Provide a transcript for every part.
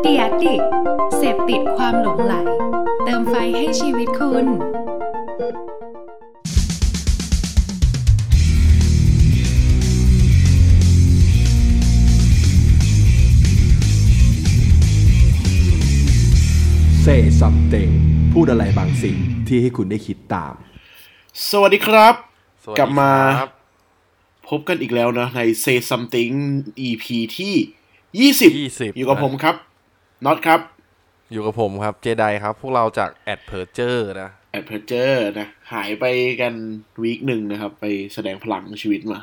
เดียดิกเสพติดความหลงไหล เติมไฟให้ชีวิตคุณ Say something พูดอะไรบางสิ่งที่ให้คุณได้คิดตาม สวัสดีครับ สวัสดี กลับมา ครับ พบกันอีกแล้วนะ ใน Say Something EP ที่ 20 20 อยู่กับผมครับน็อตครับ อยู่กับผมครับเจไดครับ พวกเราจากแอดเพอร์เจอร์นะ แอดเพเจอร์นะหายไปกันวีคหนึ่งนะครับ ไปแสดงพลังชีวิตมา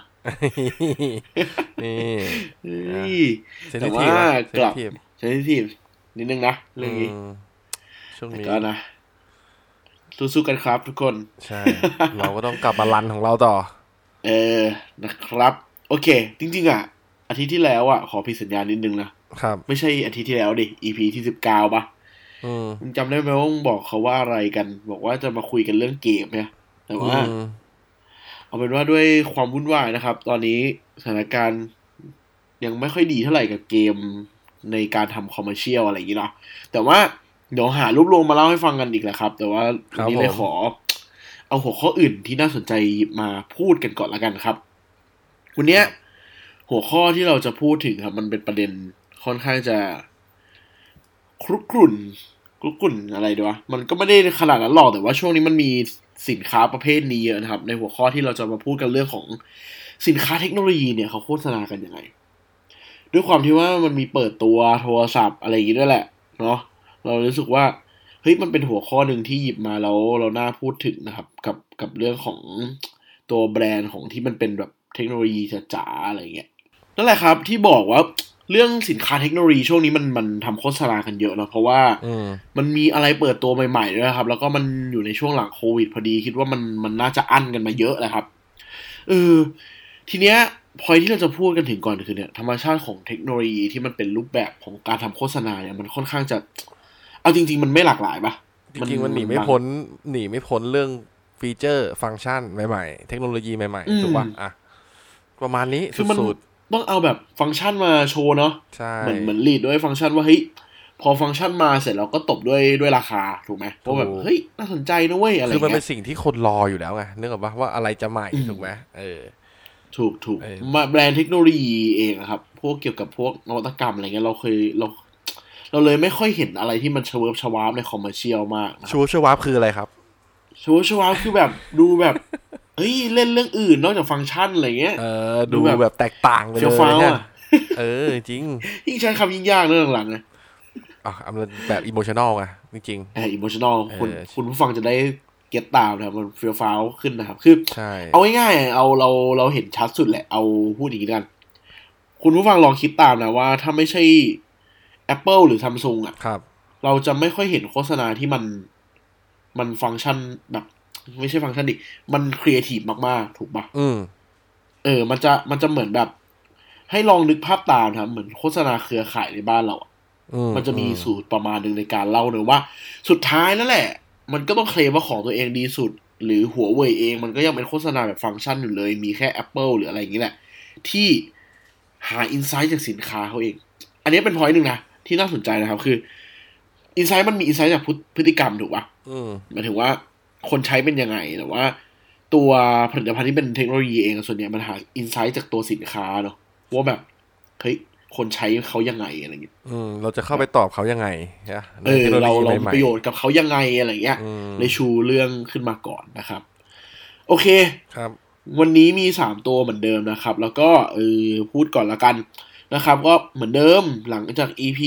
นี่ เฮ้ นะ ย sensitive แต่ว่ากลับ sensitive เซนซิทีฟนิดนึงนะ เรื่องนี้ มช่วง แต่ นี้ ก็นะ สู้ๆกันครับทุกคน ใช่ เราก็ต้องกลับมารันของเราต่อ เออนะครับ โอเค จริง ๆ อ่ะ อาทิตย์ที่แล้วอ่ะ ขอผิดสัญญานิดนึงนะ ครับ ไม่ใช่อาทิตย์ที่แล้วดิ EP ที่สิบเก้าปะ อืม มึงจำได้ไหมว่ามึงบอกเขาว่าอะไรกัน บอกว่าจะมาคุยกันเรื่องเกมเนี่ยแต่ว่า อืม เอาเป็นว่าด้วยความวุ่นวายนะครับ ตอนนี้สถานการณ์ยังไม่ค่อยดีเท่าไหร่กับเกมในการทำคอมเมอรเชียลอะไรอย่างนี้เนาะแต่ว่าเดี๋ยวหารวบรวมมาเล่าให้ฟังกันอีกแหละครับ แต่ว่าวันนี้เลยขอ เอาหัวข้ออื่นที่น่าสนใจหยิบมาพูดกันก่อนละกันครับ วันเนี้ย หัวข้อที่เราจะพูดถึงครับ มันเป็นประเด็นค่อนข้างจะคลุกกลุ่นคลุกกลุ่นอะไรดีวะมันก็ไม่ได้ขนาดนั้นหรอกแต่ว่าช่วงนี้มันมีสินค้าประเภทนี้เยอะนะครับ ในหัวข้อที่เราจะมาพูดกันเรื่องของสินค้าเทคโนโลยีเนี่ยเขาโฆษณากันยังไง ด้วยความที่ว่ามันมีเปิดตัวโทรศัพท์อะไรอย่างงี้ด้วยแหละเนาะเรารู้สึกว่าเฮ้ยมันเป็นหัวข้อหนึ่งที่หยิบมาแล้วเราน่าพูดถึงนะครับ กับกับเรื่องของตัวแบรนด์ของที่มันเป็นแบบเทคโนโลยีจ๋าๆอะไรอย่างเงี้ย นั่นแหละครับที่บอกว่าเรื่องสินค้าเทคโนโลยีช่วงนี้มันมันทำโฆษณากันเยอะเนอะเพราะว่า อืม มันมีอะไรเปิดตัวใหม่ๆด้วยนะครับ แล้วก็มันอยู่ในช่วงหลังโควิดพอดี คิดว่ามันมันน่าจะอั้นกันมาเยอะแหละครับเออทีเนี้ยพอยที่เราจะพูดกันถึงก่อนคือเนี่ยธรรมชาติของเทคโนโลยีที่มันเป็นรูปแบบของการทำโฆษณาเนี่ยมันค่อนข้างจะ เอาจริง ๆ มันไม่หลากหลายปะ จริงๆมันหนีไม่ บา พ้น หนีไม่พ้นเรื่องฟีเจอร์ ฟังก์ชันใหม่ๆ เทคโนโลยีใหม่ อืม ๆ ถูกป่ะอ่ะ ประมาณนี้ คือมัน สุด ต้องเอาแบบฟังก์ชันมาโชว์เนาะ ๆ ใช่ เหมือนเหมือนลีดด้วยฟังก์ชันว่าเฮ้ยพอฟังก์ชันมาเสร็จเราก็ตบด้วยด้วยราคาถูกไหมเพราะแบบเฮ้ยน่าสนใจนะเว้ยอะไร คือมันเป็ เงี้ น ย สิ่งที่คนรออยู่แล้วไงนึกออกป่ะว่าอะไรจะใหม่ถูกไหมเออ ถูกถูก เออ มาแบรนด์เทคโนโลยีเองอะครับ พวกเกี่ยวกับพวกนวัตกรรมอะไรเงี้ยเราเคยเรา เราเลยไม่ค่อยเห็นอะไรที่มันชเวิร์ฟชวาร์ฟในคอมเมอรเชียลมาก นะครับ ชูชวาบคืออะไรครับ ชเวิร์ฟชวาร์ฟคือแบบดูแบบ เฮ้ยเล่นเรื่องอื่นนอกจากฟังก์ชันอะไรเงี้ย เออดู ดูแบบ แบบแตกต่างไปเลย เฟี้ยวฟ้าว เนี่ย อ่ะ เออ จริง ยิ่งใช้คำยิ่งยากเรื่องหลังๆนะ อ่ะอันนั้นแบบอิโมชันอลไงจริง เอออิมมชั่นอลคุณ เออ คุณผู้ฟังจะได้เก็ตตามนะครับมันเฟี้ยวฟ้าวขึ้นนะครับคือ ๆ ใช่ เอาง่ายๆ เอาเราเราเห็นชัดสุดแหละ เอาพูดอย่างนี้กัน คุณผู้ฟังลองคิดตามนะว่าถ้าไม่ใช่ Apple หรือ Samsung อะ ครับ เราจะไม่ค่อยเห็นโฆษณาที่มันมันฟังก์ชันแบบ ไม่ใช่ฟังก์ชันดิ มันครีเอทีฟมากๆ ถูกปะ อืม เออ มันจะมันจะเหมือนแบบ ให้ลองนึกภาพตามนะครับเหมือนโฆษณาเครือข่ายในบ้านเราอะ อื มันจะมีสูตรประมาณหนึ่งในการเล่าเนอะว่า สุดท้ายแล้วแหละ มันก็ต้องเคลมว่าของตัวเองดีสุด หรือหัวเว่ยเองมันก็ยังเป็นโฆษณาแบบฟังก์ชันอยู่เลย มีแค่ Apple หรืออะไรอย่างนี้แหละ ที่หาอินไซต์จากสินค้าเขาเอง อันนี้เป็นพอยต์หนึ่งนะ ที่น่าสนใจนะครับคืออินไซต์มันมีอินไซต์จากพฤพฤติกรรมถูกปะ อืม หมายถึงว่าคนใช้เป็นยังไงแต่ว่า ตัวผลิตภัณฑ์ที่เป็นเทคโนโลยีเองส่วนใหญ่มันหาอินไซต์จากตัวสินค้าเนาะว่าแบบเฮ้ยคนใช้เขายังไงอะไรอย่างเงี้ย อืมเราจะเข้าไปตอบเขายังไงนะใน เออ ทคโนโล เรา ยี เรา ใหม่ๆ ประโยชน์กับเขายังไงอะไรเงี้ย อืม เลยชูเรื่องขึ้นมาก่อนนะครับ โอเค ครับ วันนี้มีสามตัวเหมือนเดิมนะครับ แล้วก็เออพูดก่อนละกันนะครับ ก็เหมือนเดิมหลังจาก EP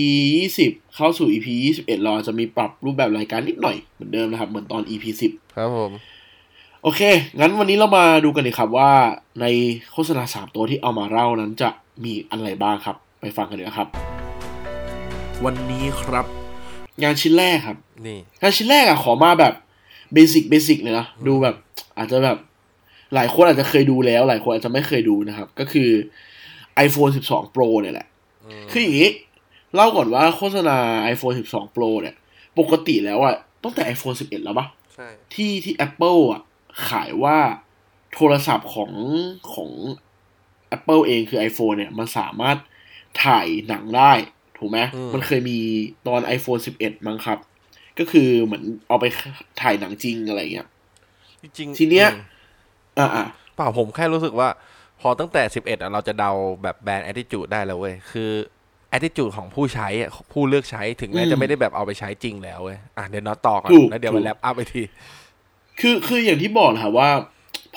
20 เข้าสู่ EP 21เราจะมีปรับรูปแบบรายการนิดหน่อยเหมือนเดิมนะครับ เหมือนตอน EP ครับผม 10 โอเค งั้นวันนี้เรามาดูกันเลยครับว่าในโฆษณาสามตัวที่เอามาเล่านั้นจะมีอะไรบ้างครับ ไปฟังกันเลยครับ วันนี้ครับ งานชิ้นแรกครับ นี่ งานชิ้นแรกอะขอมาแบบเบสิกเบสิกเลยนะดูแบบ อาจจะแบบ หลายคนอาจจะเคยดูแล้ว หลายคนอาจจะไม่เคยดูนะครับ ก็คือ iPhone 12 Pro เนี่ยแหละ คืออย่างนี้ เล่าก่อนว่าโฆษณา iPhone 12 Pro เนี่ย ปกติแล้วอะตั้งแต่ iPhone 11 แล้วปะ ใช่ ที่ที่ Apple อะขายว่าโทรศัพท์ของของ Apple เองคือ iPhone เนี่ย มันสามารถ ถ่ายหนังได้ ถูกไหม อืม มันเคยมีตอน iPhone 11 มั้งครับ ก็คือเหมือนเอาไปถ่ายหนังจริงอะไรเงี้ย จริงๆ ทีเนี้ย อืม อ่าอ่า เปล่าผมแค่รู้สึกว่า พอตั้งแต่ 11อ่ะเราจะเดาแบบแบรนด์ attitude ได้แล้วเว้ย คือ attitude ของผู้ใช้อ่ะผู้เลือกใช้ถึงแม้จะไม่ได้แบบเอาไปใช้จริงแล้วเว้ยอ่ะเดี๋ยวน็อตต่อก่อนแล้วเดี๋ยวมาแลปอัพไปที คือคืออย่างที่บอกแหละว่า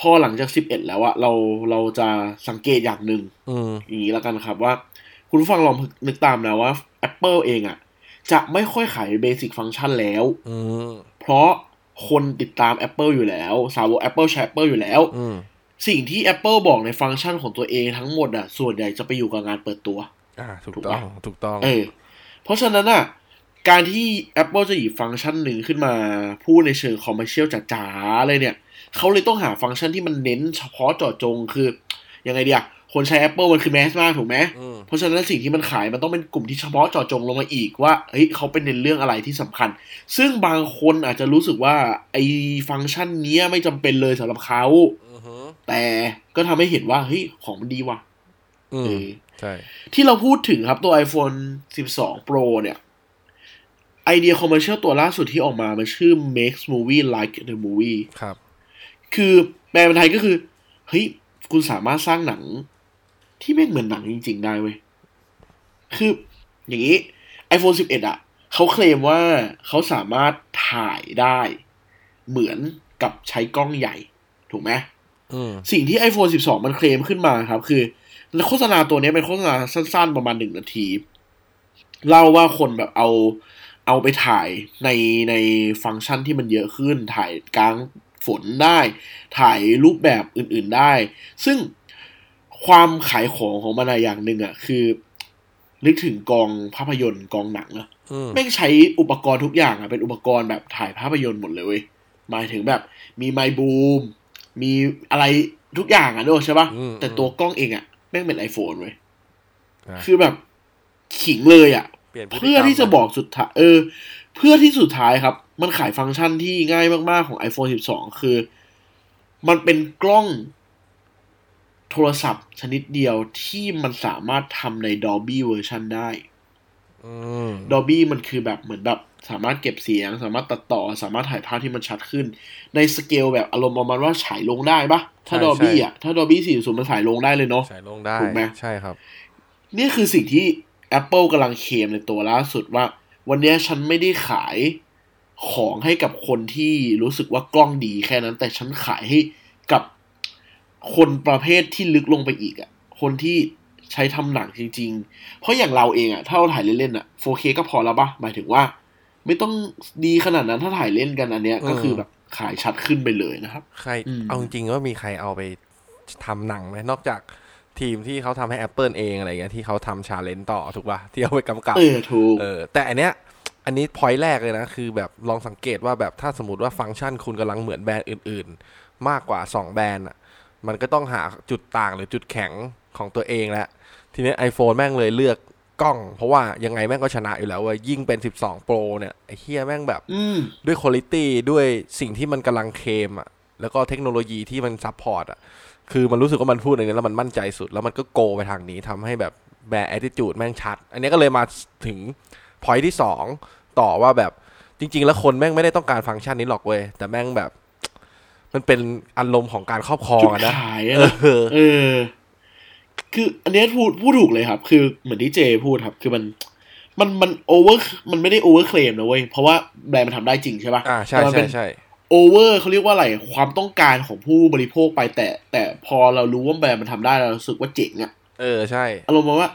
พอหลังจาก 11 แล้วอะเราเราจะสังเกตอย่างหนึ่ง อืม อย่างนี้แล้วกันครับว่า คุณผู้ฟังลองนึกตามนะว่า Apple เองอะ่ะ จะไม่ค่อยขายเบสิกฟัง c t ชันแล้ว อืม เพราะคนติดตาม Apple อยู่แล้ว สาวก Apple ใช้ Apple อยู่แล้ว อืม สิ่งที่ Apple บอกในฟังก์ชันของตัวเองทั้งหมดอะ่ะ ส่วนใหญ่จะไปอยู่กับงานเปิดตัว อ่า ถูก ถูก ต้อง ปะ ถูกต้อง เออเพราะฉะนั้นอ่ะ การที่ Apple จะหยิบฟังก์ชันหนึ่งขึ้นมา พูดในเชิงคอมเมอรเชียลจ๋าๆเลยเนี่ย เขาเลยต้องหาฟังก์ชันที่มันเน้นเฉพาะเจาะจงคือยังไงเดียคนใช้ Apple มันคือแมสมากถูกไหม อืม เพราะฉะนั้นสิ่งที่มันขายมันต้องเป็นกลุ่มที่เฉพาะเจาะจงลงมาอีกว่าเฮ้ยเขาเป็นในเรื่องอะไรที่สำคัญ ซึ่งบางคนอาจจะรู้สึกว่าไอ้ฟังก์ชันเนี้ยไม่จำเป็นเลยสำหรับเขา อือหือ แต่ก็ทำให้เห็นว่าเฮ้ยของมันดีว่ะ อื เอ ม อ ใช่ ที่เราพูดถึงครับตัว iPhone 12 Pro เนี่ยไอเดียคอมเมอรเชียลตัวล่าสุดที่ออกมา มันชื่อ makes movie like the movie ครับ คือแปลเป็นไทยก็คือ เฮ้ย คุณสามารถสร้างหนัง ที่แม่งเหมือนหนังจริง ๆ ได้เว้ย คืออย่างนี้ iPhone 11 อ่ะ เขาเคลมว่าเขาสามารถถ่ายได้ เหมือนกับใช้กล้องใหญ่ ถูกไหม อืม สิ่งที่ iPhone 12 มันเคลมขึ้นมาครับ คือโฆษณาตัวเนี้ยเป็นโฆษณาสั้นๆ ประมาณหนึ่งนาทีเล่าว่าคนแบบเอาเอาไปถ่ายในในฟังก์ชันที่มันเยอะขึ้น ถ่ายกลางฝนได้ ถ่ายรูปแบบอื่นๆได้ ซึ่งความขายของของมันอะอย่างหนึ่งอะคือ นึกถึงกองภาพยนตร์กองหนังอะ อืม แม่งใช้อุปกรณ์ทุกอย่างอะเป็นอุปกรณ์แบบถ่ายภาพยนตร์หมดเลยเว้ยหมายถึงแบบมีไมค์บูม มีอะไรทุกอย่างอะด้วยใช่ปะ อืม แต่ตัวกล้องเองอะแม่งเป็น iPhone เว้ย นะ คือแบบขิงเลยอะ เปลี่ยนพฤติกรรม เพื่อที่จะบอกสุดท้ายเออ เพื่อที่สุดท้ายครับ มันขายฟังก์ชันที่ง่ายมากๆของ iPhone 12 คือ มันเป็นกล้องโทรศัพท์ชนิดเดียวที่มันสามารถทำใน Dolby Version ได้ อืม ดอ b บี้มันคือแบบเหมือนแบบสามารถเก็บเสียง สามารถตัดต่อ สามารถถ่ายภาพที่มันชัดขึ้น ในสเกลแบบอารมณ์ประมาณว่าฉายลงได้ปะถ้า ใช่ ดอ b บี้ ใช่ อ่ะถ้าดอ b บี้สี่ศูนย์มันฉายลงได้เลยเนาะ ใส่ลงได้ ถูกไหม ใช่ครับ นี่คือสิ่งที่ Apple กำลังเคลมในตัวล่าสุดว่า วันเนี้ยฉันไม่ได้ขายของให้กับคนที่รู้สึกว่ากล้องดีแค่นั้น แต่ฉันขายให้กับคนประเภทที่ลึกลงไปอีกอ่ะ คนที่ใช้ทำหนังจริง ๆ เพราะอย่างเราเองอ่ะ ถ้าเราถ่ายเล่นๆอ่ะ 4K ก็พอแล้วปะหมายถึงว่า ไม่ต้องดีขนาดนั้นถ้าถ่ายเล่นกันอันเนี้ย ก็คือแบบขายชัดขึ้นไปเลยนะครับ ใคร อืม เอาจริงๆว่ามีใครเอาไปทำหนังไหมนอกจากทีมที่เขาทำให้ Apple เองอะไรเงี้ยที่เขาทำชาเลนจ์ต่อถูกป่ะ ที่เอาไปกำกับ เออถูก เออแต่อันเนี้ยอันนี้พอยต์แรกเลยนะ คือแบบลองสังเกตว่าแบบถ้าสมมติว่าฟังก์ชันคุณกำลังเหมือนแบรนด์อื่นๆ มากกว่า 2 แบรนด์อ่ะมันก็ต้องหาจุดต่างหรือจุดแข็งของตัวเองแหละ ทีนี้ iPhone แม่งเลยเลือกกล้อง เพราะว่ายังไงแม่งก็ชนะอยู่แล้วเว่ายิ่งเป็น 12 Pro เนี่ย ไอ้เฮียแม่งแบบ อืม ด้วยคุณ i t y ด้วยสิ่งที่มันกำลังเคลมอ่ะ แล้วก็เทคโนโลยีที่มันซัพพอร์ตอ่ะ คือมันรู้สึกว่ามันพูดอย่างนี้แล้วมันมั่นใจสุด แล้วมันก็โกไปทางนี้ทำให้แบบแบร์แอด i จูดแม่งชัด อันนี้ก็เลยมาถึงพอยที่ 2 ต่อว่าแบบจริง ๆ แล้วคนแม่งไม่ได้ต้องการฟังก์ชันนี้หรอกเว้ย แต่แม่งแบบ มันเป็นอารมณ์ของการครอบครอง จุด อะนะ ขายอะ เอ นะ อ เออ คืออันเนี้ยพูดพูดถูกเลยครับ คือเหมือนที่เจพูดครับ คือมัน มันมันโอเวอร์ มันไม่ได้โอเวอร์เคลมนะเว้ย เพราะว่าแบรนด์มันทำได้จริงใช่ปะ อ่าใช่ แต่มันเป็ ใช่ น ใช่ โอเวอร์เขาเรียกว่าอะไร ความต้องการของผู้บริโภคไป แต่ แต่พอเรารู้ว่าแบรนด์มันทำได้เรารู้สึกว่าเจ๋งอะ เออใช่ อารมณ์ว่า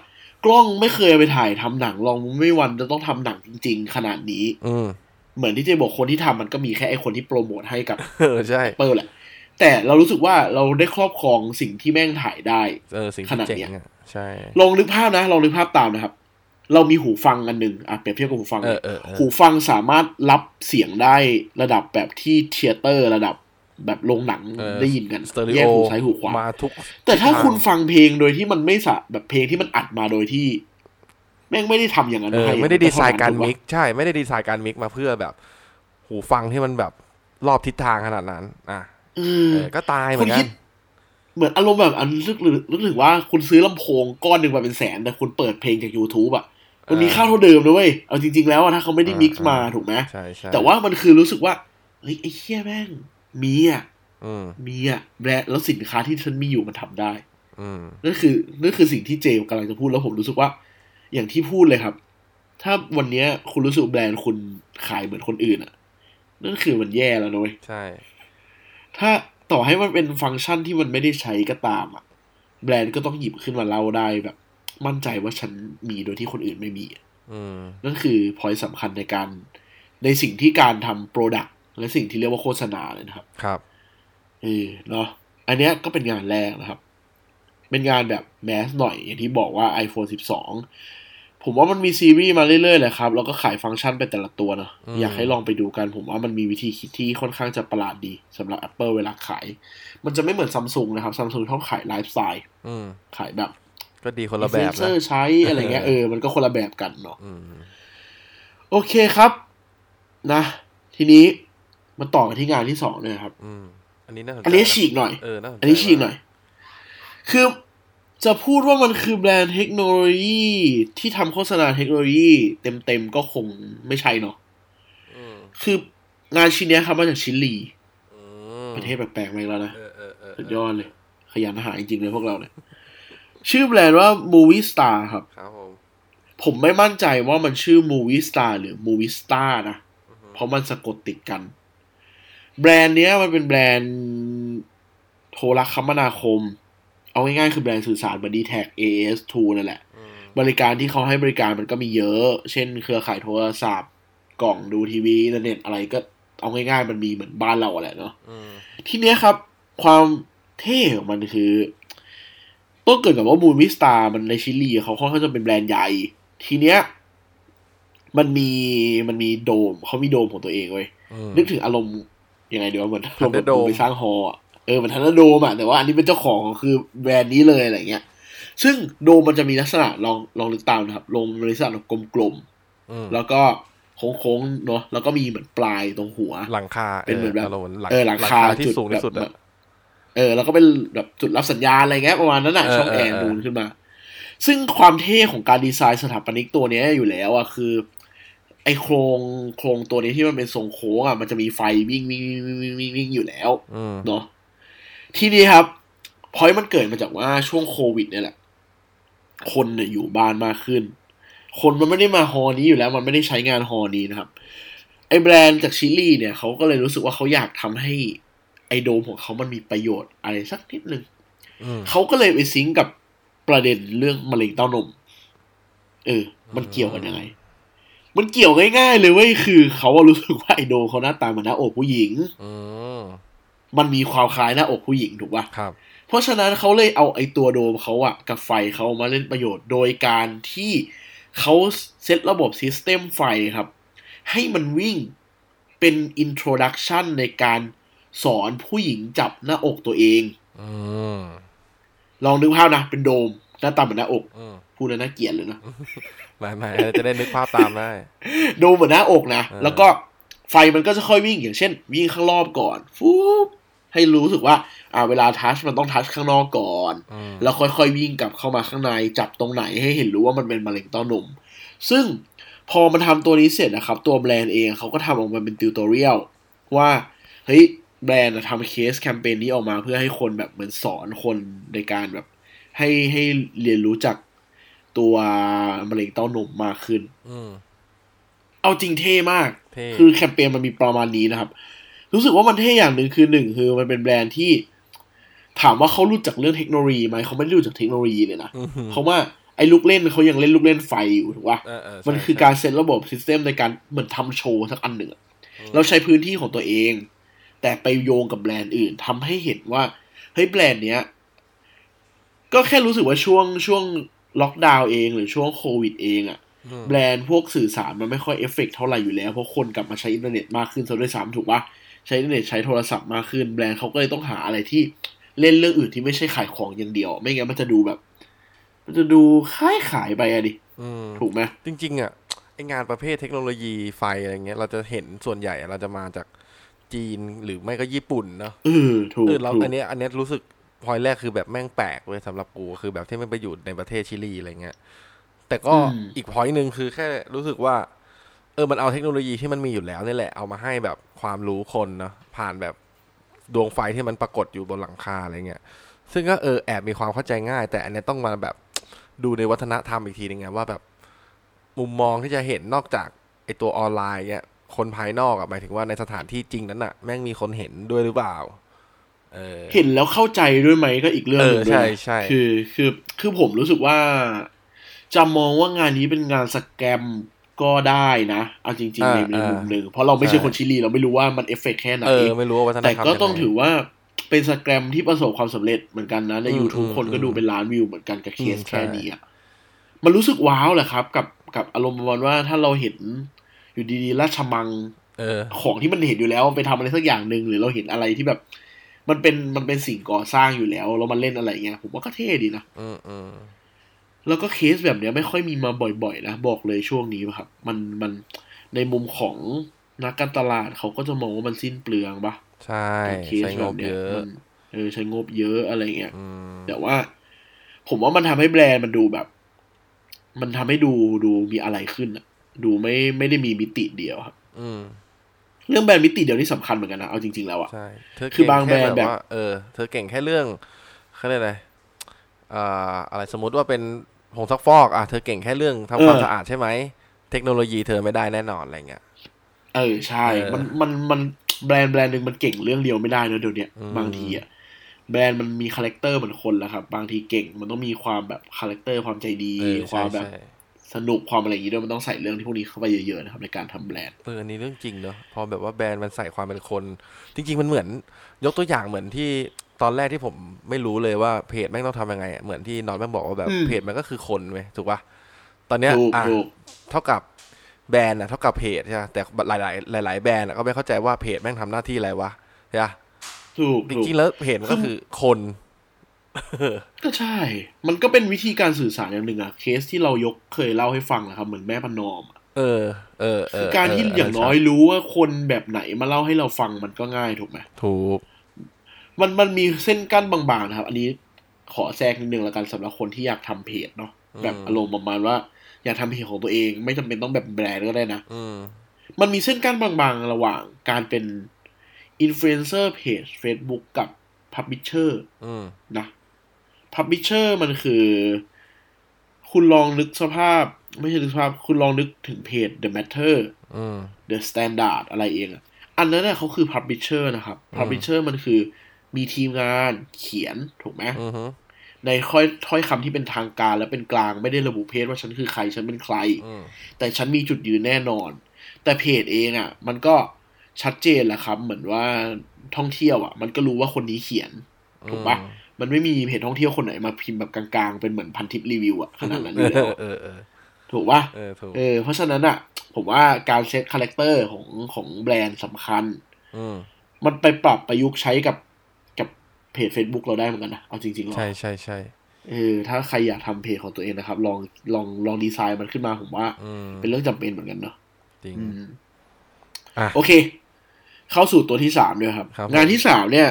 กล้องไม่เคยเอาไปถ่ายทำหนังลองไม่วันจะต้องทำหนังจริง ๆ ขนาดนี้ อืม เหมือนที่เจบอกคนที่ทำมันก็มีแค่ไอคนที่โปรโมทให้กับ เออใช่ เปอร์แหละ แต่เรารู้สึกว่าเราได้ครอบครองสิ่งที่แม่งถ่ายได้ เออสิ่ง ข ที่ นาด เจ๋ง เนี้ย อะใช่ ลองนึกภาพนะลองนึกภาพตามนะครับ เรามีหูฟังอันหนึ่งอ่ะเปรียบเทียบกับหูฟัง เออเออเออ หูฟังสามารถรับเสียงได้ระดับแบบที่เทยเตอร์ระดับแบบโรงหนัง เออ ได้ยินกัน สเตอริ แยก โอ หูซ้ายหูขวา มาทุก แต่ถ้าคุณฟังเพลงโดยที่มันไม่สะแบบเพลงที่มันอัดมาโดยที่ แม่งไม่ได้ทำอย่างนั้น เออ ให้ ไม่ได้ดีไซน์การ ถูปะ มิกซ์ใช่ไม่ได้ดีไซน์การมิกซ์มาเพื่อแบบ หูฟังที่มันแบบรอบทิศทางขนาดนั้น อ่ะเออก็ตายเหมื คุ อ ณ นกั คิด น เหมือนอารมณ์แบบอันนึกหรือนึกถึงว่าคุณซื้อลำโพงก้อนหนึ่งมาเป็นแสน แต่คุณเปิดเพลงจาก YouTube อะมันมีค่าเท่าเดิมนะเว้ยเอาจริง ๆ แล้วอะถ้าเขาไม่ได้มิกซ์มาถูกไหม ใช่ใช่ แต่ว่ามันคือรู้สึกว่าเฮ้ยไอ้เหี้ยแม่งมีอะ อืม มีอะแบรนด์แล้วสินค้าที่ฉันมีอยู่มันทำได้ อืม นั่นคือนั่นคือสิ่งที่เจมกำลังจะพูดแล้วผมรู้สึกว่า อย่างที่พูดเลยครับ ถ้าวันเนี้ยคุณรู้สึกแบรนด์คุณขายเหมือนคนอื่นอะนั่นคือมันแย่แล้วนะเว้ย ใช่ ถ้าต่อให้มันเป็นฟังก์ชันที่มันไม่ได้ใช้ก็ตามอะแบรนด์ก็ต้องหยิบขึ้นมาเล่าได้แบบ มั่นใจว่าฉันมีโดยที่คนอื่นไม่มีอะ อืม นั่นคือพอยสำคัญในการ ในสิ่งที่การทำโปรดักต์และสิ่งที่เรียกว่าโฆษณาเลยนะครับ ครับ เออเนาะอันเนี้ยก็เป็นงานแรกนะครับ เป็นงานแบบแมสหน่อย อย่างที่บอกว่า iPhone 12 ผมว่ามันมีซีรีส์มาเรื่อยๆแหละครับ แล้วก็ขายฟังก์ชันไปแต่ละตัวเนาะอยากให้ลองไปดูกัน ผมว่ามันมีวิธีคิดที่ค่อนข้างจะประหลาดดีสำหรับ Apple เวลาขาย มันจะไม่เหมือนซัมซุงนะครับซัมซุงชอบขายไลฟ์สไตล์ อืม ขายแบบ ก็ดีคนละแบบ เซ นะ อร์ใช้ อะไรเงี้ยเออมันก็คนละแบบกันเนาะ อืม โอเคครับ นะ ทีนี้มาต่อกันที่งานที่สองเลยครับ อืมอันนี้น่าสนใจ อันนี้ ะ ฉีกหน่อย เออน่าสนใจ อันนี้ฉีกห มา น่อย คือจะพูดว่ามันคือแบรนด์เทคโนโลยีที่ทำโฆษณาเทคโนโลยีเต็มๆก็คงไม่ใช่เนาะ อืม คืองานชิ้นเนี้ยครับมาจากชิลี อืม ประเทศแปลกๆมาอีกแล้วนะ เออเออเออ สุดยอดเลย ขยันหาจริงๆเลยพวกเราเนี่ย ชื่อแบรนด์ว่า Movie Star ครับ ครับผม ผมไม่มั่นใจว่ามันชื่อ Movie Star หรือ Movie Star นะ เพราะมันสะกดติดกัน แบรนด์เนี้ยมันเป็นแบรนด์โทรคมนาคม เอาง่ายๆคือแบรนด์สื่อสารบอดี้แท็ก AS2 นั่นแหละ อืม บริการที่เขาให้บริการมันก็มีเยอะ เช่นเครือข่ายโทรศัพท์ กล่องดูทีวีอินเทอร์เน็ตอะไรก็เอาง่ายๆ มันมีเหมือนบ้านเราอะแหละเนาะ อืม ทีเนี้ยครับ ความเท่ของมันคือ ต้องเกิดกับว่ามูนวิสตามันในชิลีเขาค่อนข้างจะเป็นแบรนด์ใหญ่ ทีเนี้ย มันมีมันมีโดมเขามีโดมของตัวเองเว้ย อืม นึกถึงอารมณ์ยังไงดีว่าเหมือนอารมณ์แบบ Thunderdome ไปสร้างฮอลล์อะเออเหมือนทันโดมอะแต่ว่าอันนี้เป็นเจ้าของคือแบรนด์นี้เลยอะไรเงี้ย ซึ่งโดมมันจะมีลักษณะลองลองนึกตามนะครับลงมันลักษณะแบบกลม อืม ๆแล้วก็โค้งๆเนาะแล้วก็มีเหมือนปลายตรงหัว หลังคา เป็นเหมือนแบบ ารมณ์ เออหลังคา ที่ จุด สูงที่สุด แบบ อะ เออ แล้วก็เป็นแบบจุดรับสัญญาณอะไรเงี้ยประมาณนั้นอะ เออ ช่อง เออ แอร์ เออ นูนขึ้นมา ซึ่งความเท่ของการดีไซน์สถาปนิกตัวเนี้ยอยู่แล้วอะคือ ไอโครงโครงตัวนี้ที่มันเป็นทรงโค้งอะมันจะมีไฟวิ่งวิ่งวิ่งวิ่งวิ่งวิ่งวิ่งอยู่แล้ว อืม เนาะทีนี้ครับพอยมันเกิดมาจากว่าช่วงโควิดเนี่ยแหละ คนเนี่ยอยู่บ้านมากขึ้น คนมันไม่ได้มาฮอนี้อยู่แล้ว มันไม่ได้ใช้งานฮอนี้นะครับ ไอแบรนด์จากชิลีเนี่ยเขาก็เลยรู้สึกว่าเขาอยากทำให้ไอโดมของเขามันมีประโยชน์อะไรสักนิดนึง อืม เขาก็เลยไปซิงก์กับประเด็นเรื่องมะเร็งเต้านม เออ มันเกี่ยวกันยังไง มันเกี่ยวง่ายๆเลยเว้ย คือเขาอะรู้สึกว่าไอโดมเขาหน้าตาเหมือนหน้าอกผู้หญิง อืม มันมีความคล้ายหน้าอกผู้หญิงถูกป่ะ ครับ เพราะฉะนั้นเขาเลยเอาไอตัวโดมเขาอะกับไฟเขามาเล่นประโยชน์โดยการที่เขาเซตระบบซิสเต็มไฟครับ ให้มันวิ่งเป็นอินโทรดักชันในการสอนผู้หญิงจับหน้าอกตัวเอง อืม ลองนึกภาพนะ เป็นโดม หน้าตาเหมือนหน้าอก อืม พูดแล้วน่าเกลียดเลย นะ ไม่ไม่จะได้นึกภาพตามได้ โดมเหมือนหน้าอกนะ เออ แล้วก็ไฟมันก็จะค่อยวิ่งอย่างเช่น วิ่งข้างรอบก่อนฟูบให้รู้สึกว่า อ่าเวลาทัชมันต้องทัชข้างนอกก่อน อืม แล้วค่อยๆวิ่งกลับเข้ามาข้างในจับตรงไหนให้เห็นรู้ว่ามันเป็นมะเร็งเต้านม ซึ่งพอมันทำตัวนี้เสร็จนะครับ ตัวแบรนด์เองเขาก็ทำออกมาเป็นติวตอเรียลว่า เฮ้ย แบรนด์อะทำเคสแคมเปญนี้ออกมาเพื่อให้คนแบบเหมือนสอนคนในการแบบ ให้ให้เรียนรู้จักตัวมะเร็งเต้านมมากขึ้น อืม เอาจริงเท่มาก เท่ คือแคมเปญมันมีประมาณนี้นะครับ รู้สึกว่ามันเท่อย่างหนึ่งคือหนึ่งคือมันเป็นแบรนด์ที่ ถามว่าเขารู้จักเรื่องเทคโนโลยีไหมเขาไม่ได้รู้จักเทคโนโลยีเลยนะ อืม เพราะว่าไอ้ลูกเล่นเขายังเล่นลูกเล่นไฟอยู่ถูกปะ เออเออใช่ มันคือการเซตระบบซิสเต็มในการเหมือนทำโชว์สักอันหนึ่งอะเราใช้พื้นที่ของตัวเอง แต่ไปโยงกับแบรนด์อื่นทำให้เห็นว่าเฮ้ยแบรนด์เนี้ย ก็แค่รู้สึกว่าช่วงช่วงล็อกดาวน์เอง หรือช่วงโควิดเองอะ อืม แบรนด์พวกสื่อสารมันไม่ค่อยเอฟเฟกต์เท่าไหร่อยู่แล้ว เพราะคนกลับมาใช้อินเทอร์เน็ตมากขึ้นซะด้วยซ้ำถูกปะใช้อินเทอร์เน็ตใช้โทรศัพท์มากขึ้น แบรนด์เขาก็เลยต้องหาอะไรที่เล่นเรื่องอื่นที่ไม่ใช่ขายของอย่างเดียว ไม่งั้นมันจะดูแบบ มันจะดูคล้ายขายไปอะดิ อืม ถูกไหม จริง ๆ อ่ะไองานประเภทเทคโนโลยีไฟอะไรเงี้ย เราจะเห็นส่วนใหญ่เราจะมาจากจีนหรือไม่ก็ญี่ปุ่นเนาะ เออถูก เออเรา ถูก อันเนี้ยอันเนี้ยรู้สึก พอยแรกคือแบบแม่งแปลกเว้ยสำหรับกูคือแบบที่ไม่งไปอยู่ในประเทศชิลีอะไรเงี้ยแต่ก็ อืม อีกพอยหนึ่งคือแค่รู้สึกว่า เออมันเอาเทคโนโลยีที่มันมีอยู่แล้วนี่แหละเอามาให้แบบความรู้คนเนาะผ่านแบบดวงไฟที่มันปรากฏอยู่บนหลังคาอะไรเงี้ย ซึ่งก็เออแอบมีความเข้าใจง่าย แต่อันเนี้ยต้องมาแบบ ดูในวัฒนธรรมอีกทีนึงไงว่าแบบมุมมองที่จะเห็นนอกจากไอตัวออนไลน์เนี่ยคนภายนอกอะหมายถึงว่าในสถานที่จริงนั้นอะแม่งมีคนเห็นด้วยหรือเปล่า เออ เห็นแล้วเข้าใจด้วยไหมก็อีกเรื่องหนึง เออ ด้ ใช่ วย ใช่ คือคือคือผมรู้สึกว่า จะมองว่างานนี้เป็นงานสแกมก็ได้นะเอาจริง ๆ ในในมุมหนึ่งเพราะเราไม่ใช่คนชิลีเราไม่รู้ว่ามันเอฟเฟกแค่ไหน เออไม่รู้ว่าวัฒนธร แต่ รมยังไง ก็ต้องถือว่าเป็นสแกรมที่ประสบความสำเร็จเหมือนกันนะ ใน อืม YouTube อืม คนก็ดูเป็นล้านวิวเหมือนกันกับเคส อืมใช่ แค่นี้อ่ะมันรู้สึกว้าวแหละครับ กับกับอารมณ์ประมาณว่าถ้าเราเห็นอยู่ดีๆราชมัง เออ ของที่มันเห็นอยู่แล้วไปทำอะไรสักอย่างหนึ่งหรือเราเห็นอะไรที่แบบ มันเป็นมันเป็นสิ่งก่อสร้างอยู่แล้วแล้วมันเล่นอะไรเงี้ยผมว่าก็เท่ดีนะ อืมอืม แล้วก็เคสแบบเนี้ยไม่ค่อยมีมาบ่อยๆนะบอกเลยช่วงนี้ครับ มันมันในมุมของนักการตลาดเขาก็จะมองว่ามันสิ้นเปลืองปะ ใช่ เคส ใช้ง แบบ บ เนี้ เย ย อะ มันเออใช้งบเยอะอะไรเงี้ย อืม แต่ว่า ผมว่ามันทำให้แบรนด์มันดูแบบ มันทำให้ดูดูมีอะไรขึ้นอะดูไม่ไม่ได้มีมิติเดียวครับ อืม เรื่องแบรนด์มิติเดียวนี่สำคัญเหมือนกันนะเอาจริงๆแล้วอะ ใช่เธอ คือบางเก่งแค่ แบรนด์แบบ ว่าเออเธอเก่งแค่เรื่องเขาเรียกอะไรอ่าอะไรสมมติว่าเป็นผงซักฟอกอ่ะเธอเก่งแค่เรื่องทำความสะอาดใช่ไหมเทคโนโลยีเธอไม่ได้แน่นอนอะไรเงี้ย เออใช่ เออ มันมันมันแบรนด์แบรนด์หนึ่งมันเก่งเรื่องเดียวไม่ได้นะเดี๋ยวเนี้ย อืม บางทีอะแบรนด์มันมีคาแรคเตอร์เหมือนคนแหละครับ บางทีเก่งมันต้องมีความแบบคาแรคเตอร์ความใจดี เออ ควา ใช่ มแบบ ใช่ สนุกความอะไรอย่างงี้ด้วยมันต้องใส่เรื่องที่พวกนี้เข้าไปเยอะๆนะครับในการทำแบรนด์ เอออันนี้เรื่องจริงเนอะพอแบบว่าแบรนด์มันใส่ความเป็นคน จริง ๆ มันเหมือน ยกตัวอย่างเหมือนที่ตอนแรกที่ผมไม่รู้เลยว่าเพจแม่งต้องทำยังไงอะเหมือนที่นอนแม่งบอกว่าแบบ อืม เพจมันก็คือคนเว้ยถูกปะตอนเนี้ย ถูก อ่ะ ถูก เท่ากับแบรนด์อะเท่ากับเพจใช่ปะแต่หลายๆหลาย ๆ แบรนด์อะก็ไม่เข้าใจว่าเพจแม่งทำหน้าที่อะไรวะใช่ปะ ถูก จ ถูก ริงๆแล้วเพจมันก็คือคน ก็ใช่ มันก็เป็นวิธีการสื่อสารอย่างหนึ่งอะเคสที่เรายกเคยเล่าให้ฟังนะครับ เหมือนแม่พนอมอะ เออเออเอ คือ อ การที่ เเ อย่างน้อย ใช่ รู้ว่าคนแบบไหนมาเล่าให้เราฟังมันก็ง่ายถูกไหม ถูก มันมันมีเส้นกั้นบางๆนะครับ อันนี้ขอแทรกนิดนึงละกันสำหรับคนที่อยากทำเพจเนาะ อืม แบบอารมณ์ประมาณว่า อยากทำเพจของตัวเอง ไม่จำเป็นต้องแบบแบรนด์ก็ได้นะ อืม มันมีเส้นกั้นบางๆ ระหว่างการเป็นอินฟลูเอนเซอร์เพจ Facebook กับพับบิเชอร์ อืม นะพับบิเชอร์มันคือ คุณลองนึกสภาพ ไม่ใช่นึกสภาพ คุณลองนึกถึงเพจ The Matter อืม The Standard อะไรเองอะอันนั้นน่ะเขาคือพับบิเชอร์นะครับพับบิเชอร์มันคือมีทีมงานเขียนถูกไหม อือฮึ ในค่อยถ้อยคำที่เป็นทางการและเป็นกลางไม่ได้ระบุเพศว่าฉันคือใคร ฉันเป็นใคร อืม แต่ฉันมีจุดยืนแน่นอน แต่เพจเองอะ่ะ มันก็ชัดเจนแหละครับ เหมือนว่าท่องเที่ยวอะ่ะ มันก็รู้ว่าคนนี้เขียน ถูกปะ อืม มันไม่มีเพจท่องเที่ยวคนไหนมาพิมพ์แบบกลางๆ เป็นเหมือนพันทิปรีวิวอะ่ะขนาดนั้นอยู่ แล้วอะ เออเออ ถูกปะ เออถูก เออ เพราะฉะนั้นอะ่ะ ผมว่าการเซตคาแรคเตอร์ของของแบรนด์สำคัญ อืม มันไปปรับประยุกต์ใช้กับกับเพจ Facebook เราได้เหมือนกันนะเอาจริงๆหรอ ใช่ใช่ใช่ เออถ้าใครอยากทำเพจของตัวเองนะครับ ลองลองลองดีไซน์มันขึ้นมาผมว่า อืม เป็นเรื่องจำเป็นเหมือนกันเนาะ จริง อ่ะ อ่ะ โอเค เข้าสู่ตัวที่สามด้วยครับ ครับ งานที่สามเนี่ย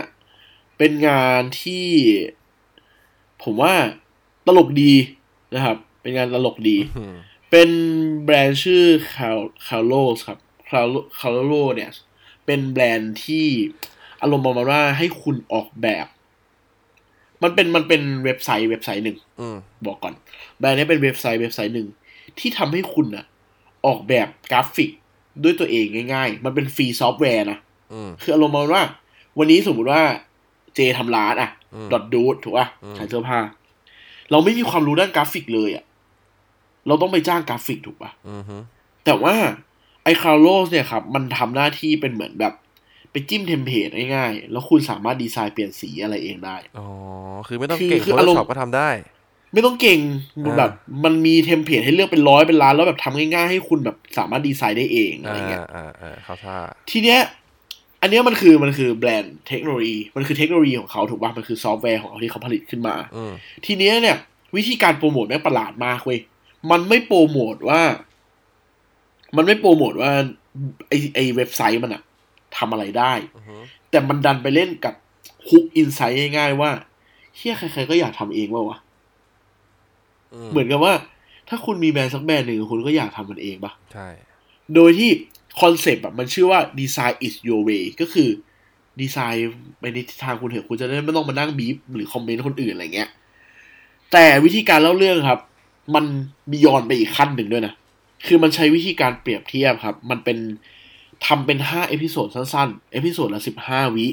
เป็นงานที่ ผมว่าตลกดีนะครับ เป็นงานตลกดี อืม เป็นแบรนด์ชื่อคาคาโลสครับคาคาโลเนี่ย เป็นแบรนด์ที่อารมณ์ประมาณว่าให้คุณออกแบบ มันเป็นมันเป็นเว็บไซต์เว็บไซต์หนึ่ง อืม บอกก่อน แบรนด์นี้เป็นเว็บไซต์เว็บไซต์หนึ่งที่ทำให้คุณน่ะ ออกแบบกราฟิกด้วยตัวเองง่าย ๆ มันเป็นฟรีซอฟต์แวร์นะ อืม คืออารมณ์ประมาณว่า วันนี้สมมุติว่าเจทำร้านอ่ะ อืม ดอทดูดถูกป่ะ อืม ขายเสื้อผ้า เราไม่มีความรู้ด้านกราฟิกเลยอ่ะ เราต้องไปจ้างกราฟิกถูกป่ะ อืมฮึ แต่ว่าไอคาร์โลสเนี่ยครับ มันทำหน้าที่เป็นเหมือนแบบ ไปจิ้มเทมเพลตง่ายๆ แล้วคุณสามารถดีไซน์เปลี่ยนสีอะไรเองได้ อ๋อ คือไม่ต้อง คือ เก่ง คือ โฟ อา ล์ รมณ์ ช็อปก็ทำได้ ไม่ต้องเก่งมันแบบ มันมีเทมเพลตให้เลือกเป็นร้อยเป็นล้าน แล้วแบบทำง่ายๆให้คุณแบบสามารถดีไซน์ได้เองอะไร อ่า เงี้ย อ่าอ่าเข้าท่า ทีเนี้ย อันเนี้ยมันคือมันคือแบรนด์เทคโนโลยี มันคือเทคโนโลยีของเขาถูกป่ะ มันคือซอฟต์แวร์ของเขาที่เขาผลิตขึ้นมา อืม ทีเนี้ยเนี่ย วิธีการโปรโมทแม่งประหลาดมากเว้ย มันไม่โปรโมทว่า มันไม่โปรโมทว่าไอไอเว็บไซต์มันอะทำอะไรได้ อือฮึ แต่มันดันไปเล่นกับฮุกอินไซต์ง่ายๆว่า เฮียใครๆก็อยากทำเองว่าวะ ม เหมือนกับว่า ถ้าคุณมีแบรนด์สักแบรนด์หนึ่งคุณก็อยากทำมันเองปะ ใช่ โดยที่คอนเซปต์อะมันชื่อว่า design is your way ก็คือดีไซน์ไปในทิศทางคุณเถอะคุณจะได้ไม่ต้องมานั่งบีบหรือคอมเมนต์คนอื่นอะไรเงี้ย แต่วิธีการเล่าเรื่องครับ มันบียอนไปอีกขั้นหนึ่งด้วยนะ คือมันใช้วิธีการเปรียบเทียบครับ มันเป็นทำเป็นห้าเอพิโซดสั้นๆ เอพิโซดละสิบห้าวิ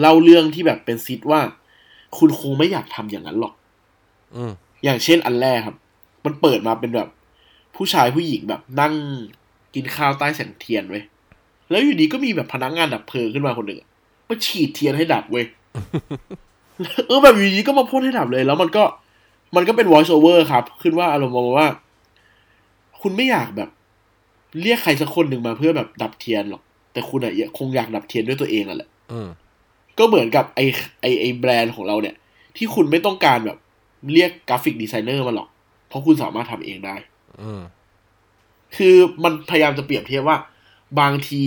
เล่าเรื่องที่แบบเป็นซิดว่า คุณคงไม่อยากทำอย่างนั้นหรอก อืม อย่างเช่นอันแรกครับ มันเปิดมาเป็นแบบ ผู้ชายผู้หญิงแบบนั่งกินข้าวใต้แสงเทียนเว้ย แล้วอยู่ดีก็มีแบบพนักงานดับเพลิงขึ้นมาคนหนึ่งอะมาฉีดเทียนให้ดับเว้ย เออแบบอยู่ดีก็มาพ่นให้ดับเลย แล้วมันก็มันก็เป็น voice over ครับ ขึ้นว่าอารมณ์ประมาณว่า คุณไม่อยากแบบ เรียกใครสักคนหนึ่งมาเพื่อแบบดับเทียนหรอก แต่คุณอะคงอยากดับเทียนด้วยตัวเองนั่นแหละ อืม ก็เหมือนกับไอไอไอแบรนด์ของเราเนี่ย ที่คุณไม่ต้องการแบบเรียกกราฟิกดีไซเนอร์มาหรอก เพราะคุณสามารถทำเองได้ อืม คือมันพยายามจะเปรียบเทียบว่า บางที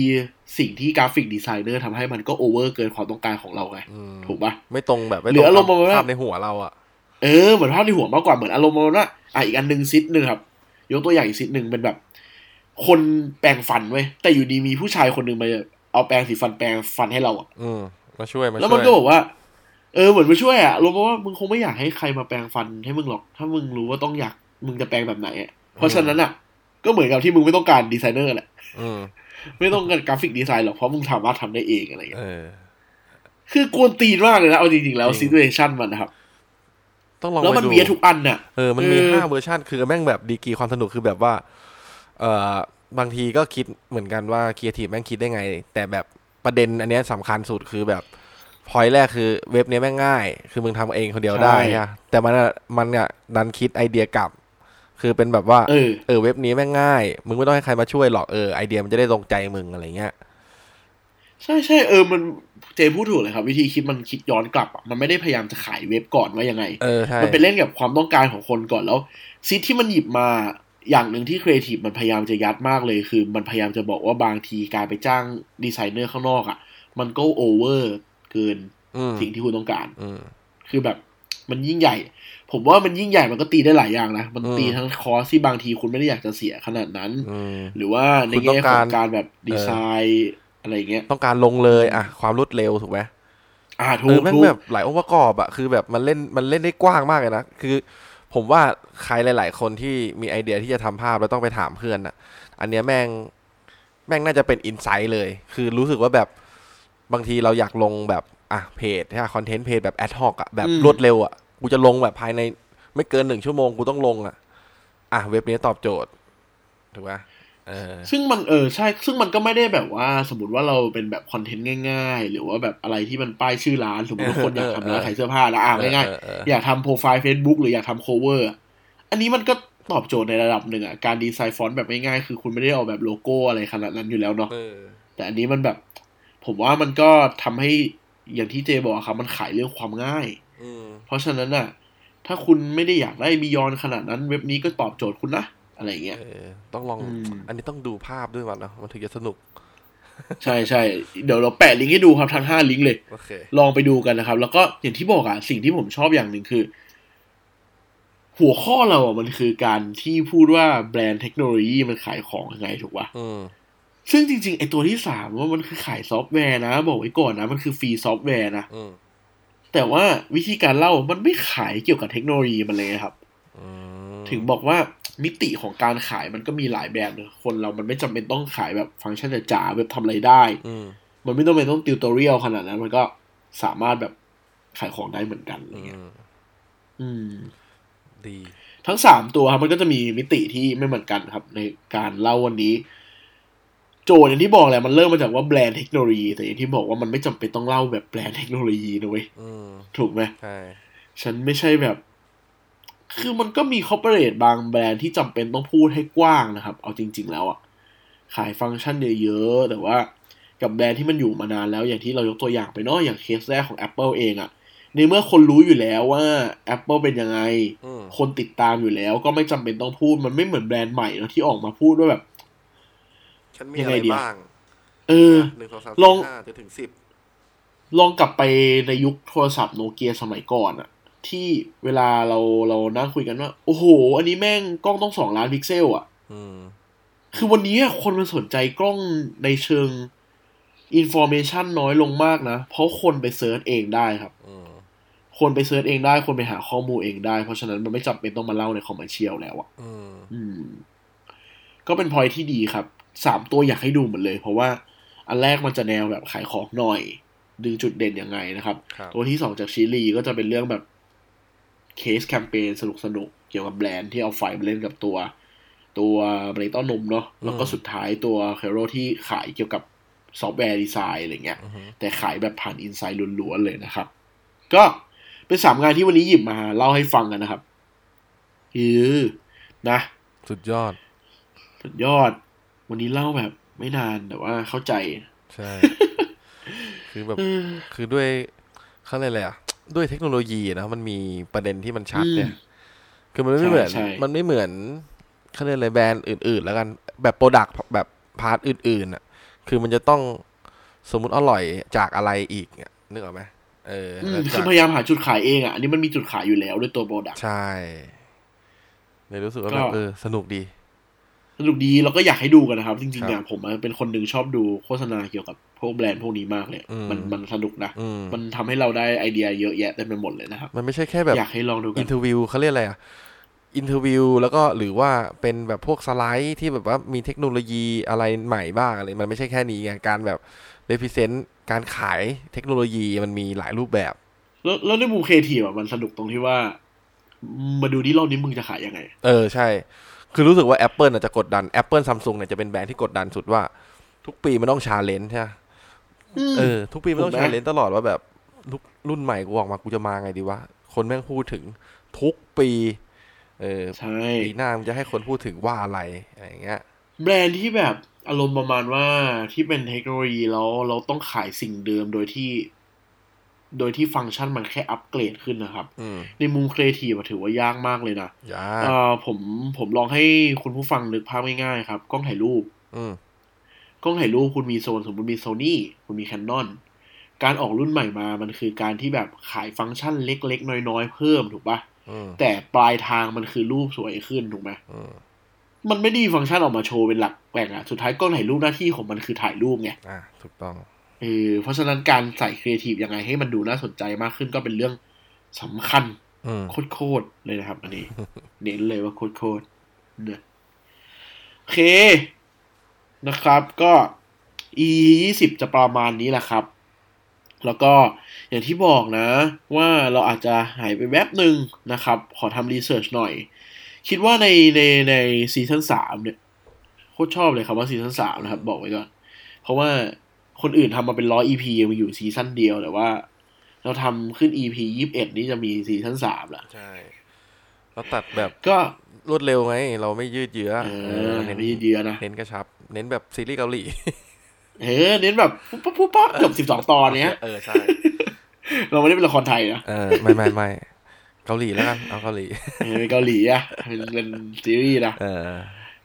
สิ่งที่กราฟิกดีไซเนอร์ทำให้มันก็โอเวอร์เกินความต้องการของเราไง อืม ถูกปะ ไม่ตรงแบบไม่ หรืออารมณ์ ต ประมาณว่า ภาพในหัวเราอ่ะ เออเหมือนภาพในหัวมากกว่าเหมือนอารมณ์ประมาณว่าอ่ะอีกอันหนึ่งซิดหนึ่งครับ ยกตัวอย่างอีกซิดหนึ่งเป็นแบบ คนแปรงฟันเว้ยแต่อยู่ดีมีผู้ชายคนหนึ่งมาเอาแปรงสีฟันแปรงฟันให้เราอะ อืมมาช่วยมาช่วย แล้วมันก็บอกว่า เออเหมือนมาช่วยอะรู้มาว่ามึงคงไม่อยากให้ใครมาแปลงฟันให้มึงหรอก ถ้ามึงรู้ว่าต้องอยากมึงจะแปลงแบบไหนอะเพราะฉะนั้นอะก็เหมือนกับที่มึงไม่ต้องการดีไซเนอร์แหละ อืม ไม่ต้องการกราฟิกดีไซน์หรอก เพราะมึงสามารถทำได้เองอะไรเงี้ย เออ คือกวนตีนมากเลยนะ เอาจริงๆแล้ว จริง ซี t u เ t ชันมันนะครับ ต้องลอง แล้วมัน ไปดู เบียดทุกอันน่ะ เออ มันมี เออ ห้าเวอร์ชันคือแม่งแบบดีกรีความสนุกคือแบบว่า เออบางทีก็คิดเหมือนกันว่าครีเอทีฟแม่งคิดได้ไง แต่แบบประเด็นอันเนี้ยสำคัญสุดคือแบบพอยแรกคือเว็บเนี้ยแม่งง่าย คือมึงทำเองคนเดียวได้ใช่ปะแต่มันอะมันอะดันคิดไอเดียกลับ คือเป็นแบบว่า เออ เออเว็บนี้แม่งง่าย มึงไม่ต้องให้ใครมาช่วยหรอกเออไอเดียมันจะได้ตรงใจมึงอะไรเงี้ย ใช่ใช่เออมันเจพูดถูกเลยครับ วิธีคิดมันคิดย้อนกลับอะมันไม่ได้พยายามจะขายเว็บก่อนว่ายังไง เออใช่ มันเป็นเล่นกับความต้องการของคนก่อนแล้วซิทที่มันหยิบมาอย่างหนึ่งที่ครีเอทีฟมันพยายามจะยัดมากเลยคือ มันพยายามจะบอกว่าบางทีการไปจ้างดีไซเนอร์ข้างนอกอะ่ะ มันก็โอเวอร์เกิน อืม สิ่งที่คุณต้องการ อืม คือแบบมันยิ่งใหญ่ ผมว่ามันยิ่งใหญ่มันก็ตีได้หลายอย่างนะมัน อืม ตีทั้งคอสที่บางทีคุณไม่ได้อยากจะเสียขนาดนั้น อืม หรือว่าใน คุณต้ แง่ อง ข กา อ ร งการแบบดีไซน์อะไรอย่างเงี้ย ต้องการลงเลยอะความรวดเร็วถูกไหม อ่าถู เออก แม่ง ถูก แบบหลายองค์ประกอบอะคือแบบมันเล่นมันเล่นได้กว้างมากเลยนะคือ ผมว่าใครหลาย ๆ คนที่มีไอเดียที่จะทำภาพแล้วต้องไปถามเพื่อนอะอันเนี้ยแม่งแม่งน่าจะเป็นอินไซต์เลย คือรู้สึกว่าแบบบางทีเราอยากลงแบบอ่ะเพจใช่คอนเทนต์เพจแบบแอดฮอกอะแบบรวดเร็วอะกูจะลงแบบภายในไม่เกินหนึ่งชั่วโมงกูต้องลงอะอ่ะเว็บนี้ตอบโจทย์ถูกไหมเออ ซึ่งมันเออใช่ ซึ่งมันก็ไม่ได้แบบว่า สมมติว่าเราเป็นแบบคอนเทนต์ง่าย ๆ หรือว่าแบบอะไรที่มันป้ายชื่อร้าน สมมติว่าคนอยากทำร้านขายเสื้อผ้าแล้วอ่าง่าย เออเออเออ ๆ อ อยากทำโปรไฟล์ Facebook หรืออยากทำโคเวอร์อันนี้มันก็ตอบโจทย์ในระดับหนึ่งอ่ะ การดีไซน์ฟอนต์แบบง่ายๆคือคุณไม่ได้เอาแบบโลโก้อะไรขนาดนั้นอยู่แล้วเนาะ เออ แต่อันนี้มันแบบ ผมว่ามันก็ทำให้อย่างที่เจบอกอะครับมันขายเรื่องความง่าย อืม เพราะฉะนั้นอ่ะ ถ้าคุณไม่ได้อยากได้บียอนขนาดนั้น เว็บนี้ก็ตอบโจทย์คุณนะอะไรอย่างเงี้ย เออต้องลอง อืม อันนี้ต้องดูภาพด้วยวันเนาะมันถึงจะสนุก ใช่ใช่เดี๋ยวเราแปะลิงก์ให้ดูครับทั้งห้าลิงก์เลย โอเค ลองไปดูกันนะครับ แล้วก็อย่างที่บอกอะสิ่งที่ผมชอบอย่างหนึ่งคือ หัวข้อเราอะมันคือการที่พูดว่าแบรนด์เทคโนโลยีมันขายของยังไงถูกปะ อืม ซึ่งจริงๆไอตัวที่สามว่ามันคือขายซอฟต์แวร์นะ บอกไว้ก่อนนะ มันคือฟรีซอฟต์แวร์นะ อืม แต่ว่าวิธีการเล่ามันไม่ขายเกี่ยวกับเทคโนโลยีมันเลยครับ อืม ถึงบอกว่ามิติของการขายมันก็มีหลายแบบเนอะคนเรามันไม่จำเป็นต้องขายแบบฟังก์ชันจ๋าๆแบบทำอะไรได้ อืม มันไม่ต้องเป็นต้องติวตอเรียลขนาดนั้นมันก็สามารถแบบขายของได้เหมือนกันอะไร อื เงี้ย ม อืม ดี ทั้งสามตัวครับมันก็จะมีมิติที่ไม่เหมือนกันครับ ในการเล่าวันนี้ โจทย์อย่างที่บอกแหละมันเริ่มมาจากว่าแบรนด์เทคโนโลยี แต่อย่างที่บอกว่ามันไม่จำเป็นต้องเล่าแบบแบรนด์เทคโนโลยีนะเว้ย อืม ถูกไหม ใช่ ฉันไม่ใช่แบบ คือมันก็มีคอร์เปอเรทบางแบรนด์ที่จำเป็นต้องพูดให้กว้างนะครับ เอาจริง ๆ แล้วอะขายฟังก์ชันเยอะๆแต่ว่ากับแบรนด์ที่มันอยู่มานานแล้ว อย่างที่เรายกตัวอย่างไปเนาะอย่างเคสแรกของ Apple เองอะในเมื่อคนรู้อยู่แล้วว่า Apple เป็นยังไง อืม คนติดตามอยู่แล้วก็ไม่จำเป็นต้องพูดมันไม่เหมือนแบรนด์ใหม่เนอะที่ออกมาพูดว่าแบบ ฉันมีอะยังไรไงดีอะ บ้าง เออ หนึ่งสองสาม ลอง สี่ห้าจนถึงสิบ ลองกลับไปในยุคโทรศัพท์โนเกียสมัยก่อนอะที่เวลาเราเรานั่งคุยกันว่า โอ้โห อันนี้แม่งกล้องต้องสองล้านพิกเซลอะ อืม คือวันนี้อะคนมันสนใจกล้องในเชิงอิน r m a t i o n น้อยลงมากนะ เพราะคนไปเซิร์ชเองได้ครับ อืม คนไปเซิร์ชเองได้ คนไปหาข้อมูลเองได้ เพราะฉะนั้นมันไม่จำเป็นต้องมาเล่าในคอมเมอร์เชียลแล้วอะ อืม อืม ก็เป็นพอยที่ดีครับ สามตัวอยากให้ดูหมดเลย เพราะว่าอันแรกมันจะแนวแบบขายของหน่อย ดึงจุดเด่นยังไงนะครับ ครับ ตัวที่สองจากชิลีก็จะเป็นเรื่องแบบเคสแคมเปญสนุกสนุกๆเกี่ยวกับแบรนด์ที่เอาไฟมาเล่นกับตัว ตัวเบรเต้านมเนาะแล้วก็ อืม สุดท้ายตัวเคโรที่ขายเกี่ยวกับซอฟต์แวร์ดีไซน์อะไรเงี้ย อืม แต่ขายแบบผ่านอินไซด์ล้วนๆเลยนะครับ ก็เป็นสามงานที่วันนี้หยิบมาเล่าให้ฟังกันนะครับอือนะ สุดยอด สุดยอด วันนี้เล่าแบบไม่นานแต่ว่าเข้าใจ ใช่ คือแบบ คือด้วยเขาเรียกอะไรอ่ะ ด้วยเทคโนโลยีนะ มันมีประเด็นที่มันชัดเนี่ย อืม คือมันไม่เหมือน ใช่ใช่ มันไม่เหมือนเขาเรียกอะไรแบรนด์อื่น ๆ แล้วกัน แบบโปรดักต์แบบพาร์ทอื่น ๆ อ่ะ คือมันจะต้องสมมติอร่อยจากอะไรอีกเนี่ยนึกออกไหมเออ อืม แล้ว คื จา อก พยายามหาจุดขายเองอ่ะอันนี้มันมีจุดขายอยู่แล้วด้วยตัวโปรดัก ใช่เลยรู้สึกว่าแบบ ก็ เออ สนุกดี สนุกดีเราก็อยากให้ดูกันนะครับ จริงๆ ครับ เนี่ยผมอะเป็นคนหนึ่งชอบดูโฆษณาเกี่ยวกับพวกแบรนด์พวกนี้มากเลย อืม มันมันสนุกนะ อืม มันทำให้เราได้ไอเดียเยอะแยะเต็มไปหมดเลยนะครับ มันไม่ใช่แค่แบบ อยากให้ลองดูกั อิ น นเทอร์วิวเขาเรียกอะไรอ่ะ อินเทอร์วิวแล้วก็หรือว่าเป็นแบบพวกสไลด์ที่แบบว่ามีเทคโนโลยีอะไรใหม่บ้างอะไร มันไม่ใช่แค่นี้ไง การแบบเ e พิเซนต์การขายเทคโนโลยีมันมีหลายรูปแบบ แล้วแล้วในมุมเคทีอ่ะมันสนุกตรงที่ว่า มาดูดิรอบนี้มึงจะขายยังไง เออ ใช่ คือรู้สึกว่า Apple น่ะจะกดดัน Apple Samsung เนี่ยจะเป็นแบรนด์ที่กดดันสุดว่า ทุกปีมันต้องชาเลนจ์ใช่ปะ อืม เออ ทุกปีมันต้อง ถูกไหม ชาเลนจ์ตลอดว่าแบบลูกรุ่นใหม่กูออกมากูจะมาไงดีวะคนแม่งพูดถึงทุกปี เออ ใช่ ปีหน้ามันจะให้คนพูดถึงว่าอะไรอะไรอย่างเงี้ย แบรนด์ที่แบบอารมณ์ประมาณว่าที่เป็นเทคโนโลยีแล้วเราต้องขายสิ่งเดิมโดยที่ โดยที่ฟังก์ชันมันแค่อัปเกรดขึ้นนะครับ อืม ในมุมครีเอทีฟถือว่ายากมากเลยนะ ยา เอ่อผมผมลองให้คุณผู้ฟังนึกภาพง่ายๆครับ กล้องถ่ายรูป อืม กล้องถ่ายรูปคุณมีโซนสมมติมีโซนี่คุณมีแคนนอนการออกรุ่นใหม่มามันคือการที่แบบขายฟังก์ชันเล็กๆ น้อยๆ เพิ่มถูกปะ อืม แต่ปลายทางมันคือรูปสวยขึ้นถูกไหม อืม มันไม่ไดีฟังก์ชันออกมาโชว์เป็นหลักแหล่งอะสุดท้ายกล้องถ่ายรูปหน้าที่ของมันคือถ่ายรูปไง อ่ะ ถูกต้อง เออเพราะฉะนั้นการใส่ครีเอทีฟยังไงให้มันดูน่าสนใจมากขึ้นก็เป็นเรื่องสำคัญ อืม โคตรๆเลยนะครับ อันนี้ เน้นเลยว่าโคตรๆเนี่ยโอเคนะครับ ก็ e ยี่สิบจะประมาณนี้แหละครับ แล้วก็อย่างที่บอกนะ ว่าเราอาจจะหายไปแวบหนึ่งนะครับ ขอทำรีเสิร์ชหน่อย คิดว่าในในในซีซั่นสามเนี่ยโคตรชอบเลยครับว่าซีซั่นสามนะครับ บอกไว้ก่อน เพราะว่าคนอื่นทำมาเป็นร้อย EP มาอยู่ซีซั่นเดียวแต่ว่า เราทำขึ้น EP ยี่สิบเอ็ดนี้จะมีซีซั่นสามละ ใช่ เราตัดแบบ ก็ รวดเร็วไง เราไม่ยืดเยื้อ เออ เออเน้น ไม่ยืดเยื้อนะ เน้นกระชับ เน้นแบบซีรีส์เกาหลี เออเน้นแบบปุ๊บปุ๊บปุ๊บปั๊บเกือบสิบสองตอนเนี้ย เออ ใช่ เราไม่ได้เป็นละครไทยนะ เออ ไม่ไม่ไม่เกาหลีแล้วกัน เอาเกาหลี เออเป็นเกาหลีอะเป็นเป็นซีรีส์นะ เออ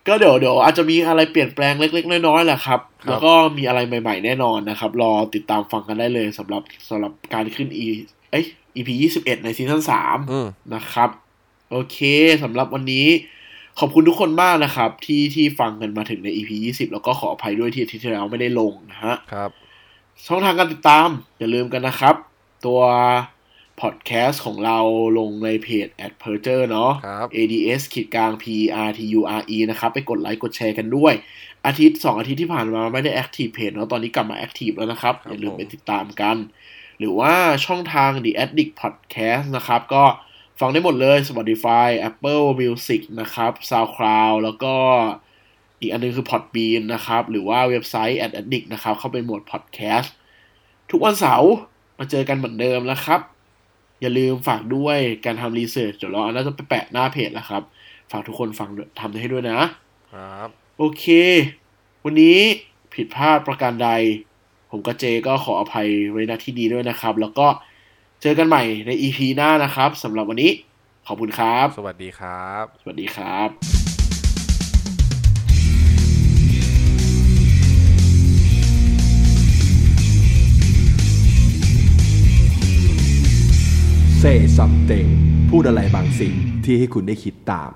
ก็เดี๋ยวเดี๋ยวอาจจะมีอะไรเปลี่ยนแปลงเล็ก ๆ น้อยๆแหละครับ แล้วก็มีอะไรใหม่ๆแน่นอนนะครับ รอติดตามฟังกันได้เลยสำหรับสำหรับการขึ้น e เอ้ย EP ยี่สิบเอ็ดในซีซั่นสาม อืม นะครับ โอเคสำหรับวันนี้ ขอบคุณทุกคนมากนะครับ ที่ที่ฟังกันมาถึงใน EP 20 แล้วก็ขออภัยด้วยที่อาทิตย์ที่แล้วไม่ได้ลงนะฮะ ครับ ช่องทางการติดตามอย่าลืมกันนะครับ ตัวพอดแคสต์ของเราลงในเพจ at p e r t u r เนาะ ครับ ads ขีดกลาง p r t u r e นะครับ ไปกดไลค์กดแชร์กันด้วย อาทิตย์ 2 อาทิตย์ที่ผ่านมาไม่ได้แอคทีฟเพจเนาะตอนนี้กลับมาแอคทีฟแล้วนะครับ คอรับย่าลืม ผม ไปติดตามกัน หรือว่าช่องทาง The Addict Podcast นะครับ ก็ฟังได้หมดเลย Spotify Apple Music นะครับ SoundCloud แล้วก็อีกอันนึงคือ Podbean นะครับ หรือว่าเว็บไซต์ a d d i c t นะครับ เข้าไปหมวด Podcast ทุกวันเสาร์มาเจอกันเหมือนเดิมนะครับ อย่าลืมฝากด้วยการทำรีเสิร์ชเดี๋ยวเราน่าจะไปแปะหน้าเพจแล้วครับ ฝากทุกคนฟังด้วยทำให้ด้วยนะ ครับ โอเค วันนี้ผิดพลาดประการใด ผมกับเจก็ขออภัยไว้ณที่ดีด้วยนะครับ แล้วก็เจอกันใหม่ใน EP หน้านะครับสำหรับวันนี้ ขอบคุณครับ สวัสดีครับ สวัสดีครับ 「 say something พูดอะไรบางสิ่งที่ให้คุณได้คิดตาม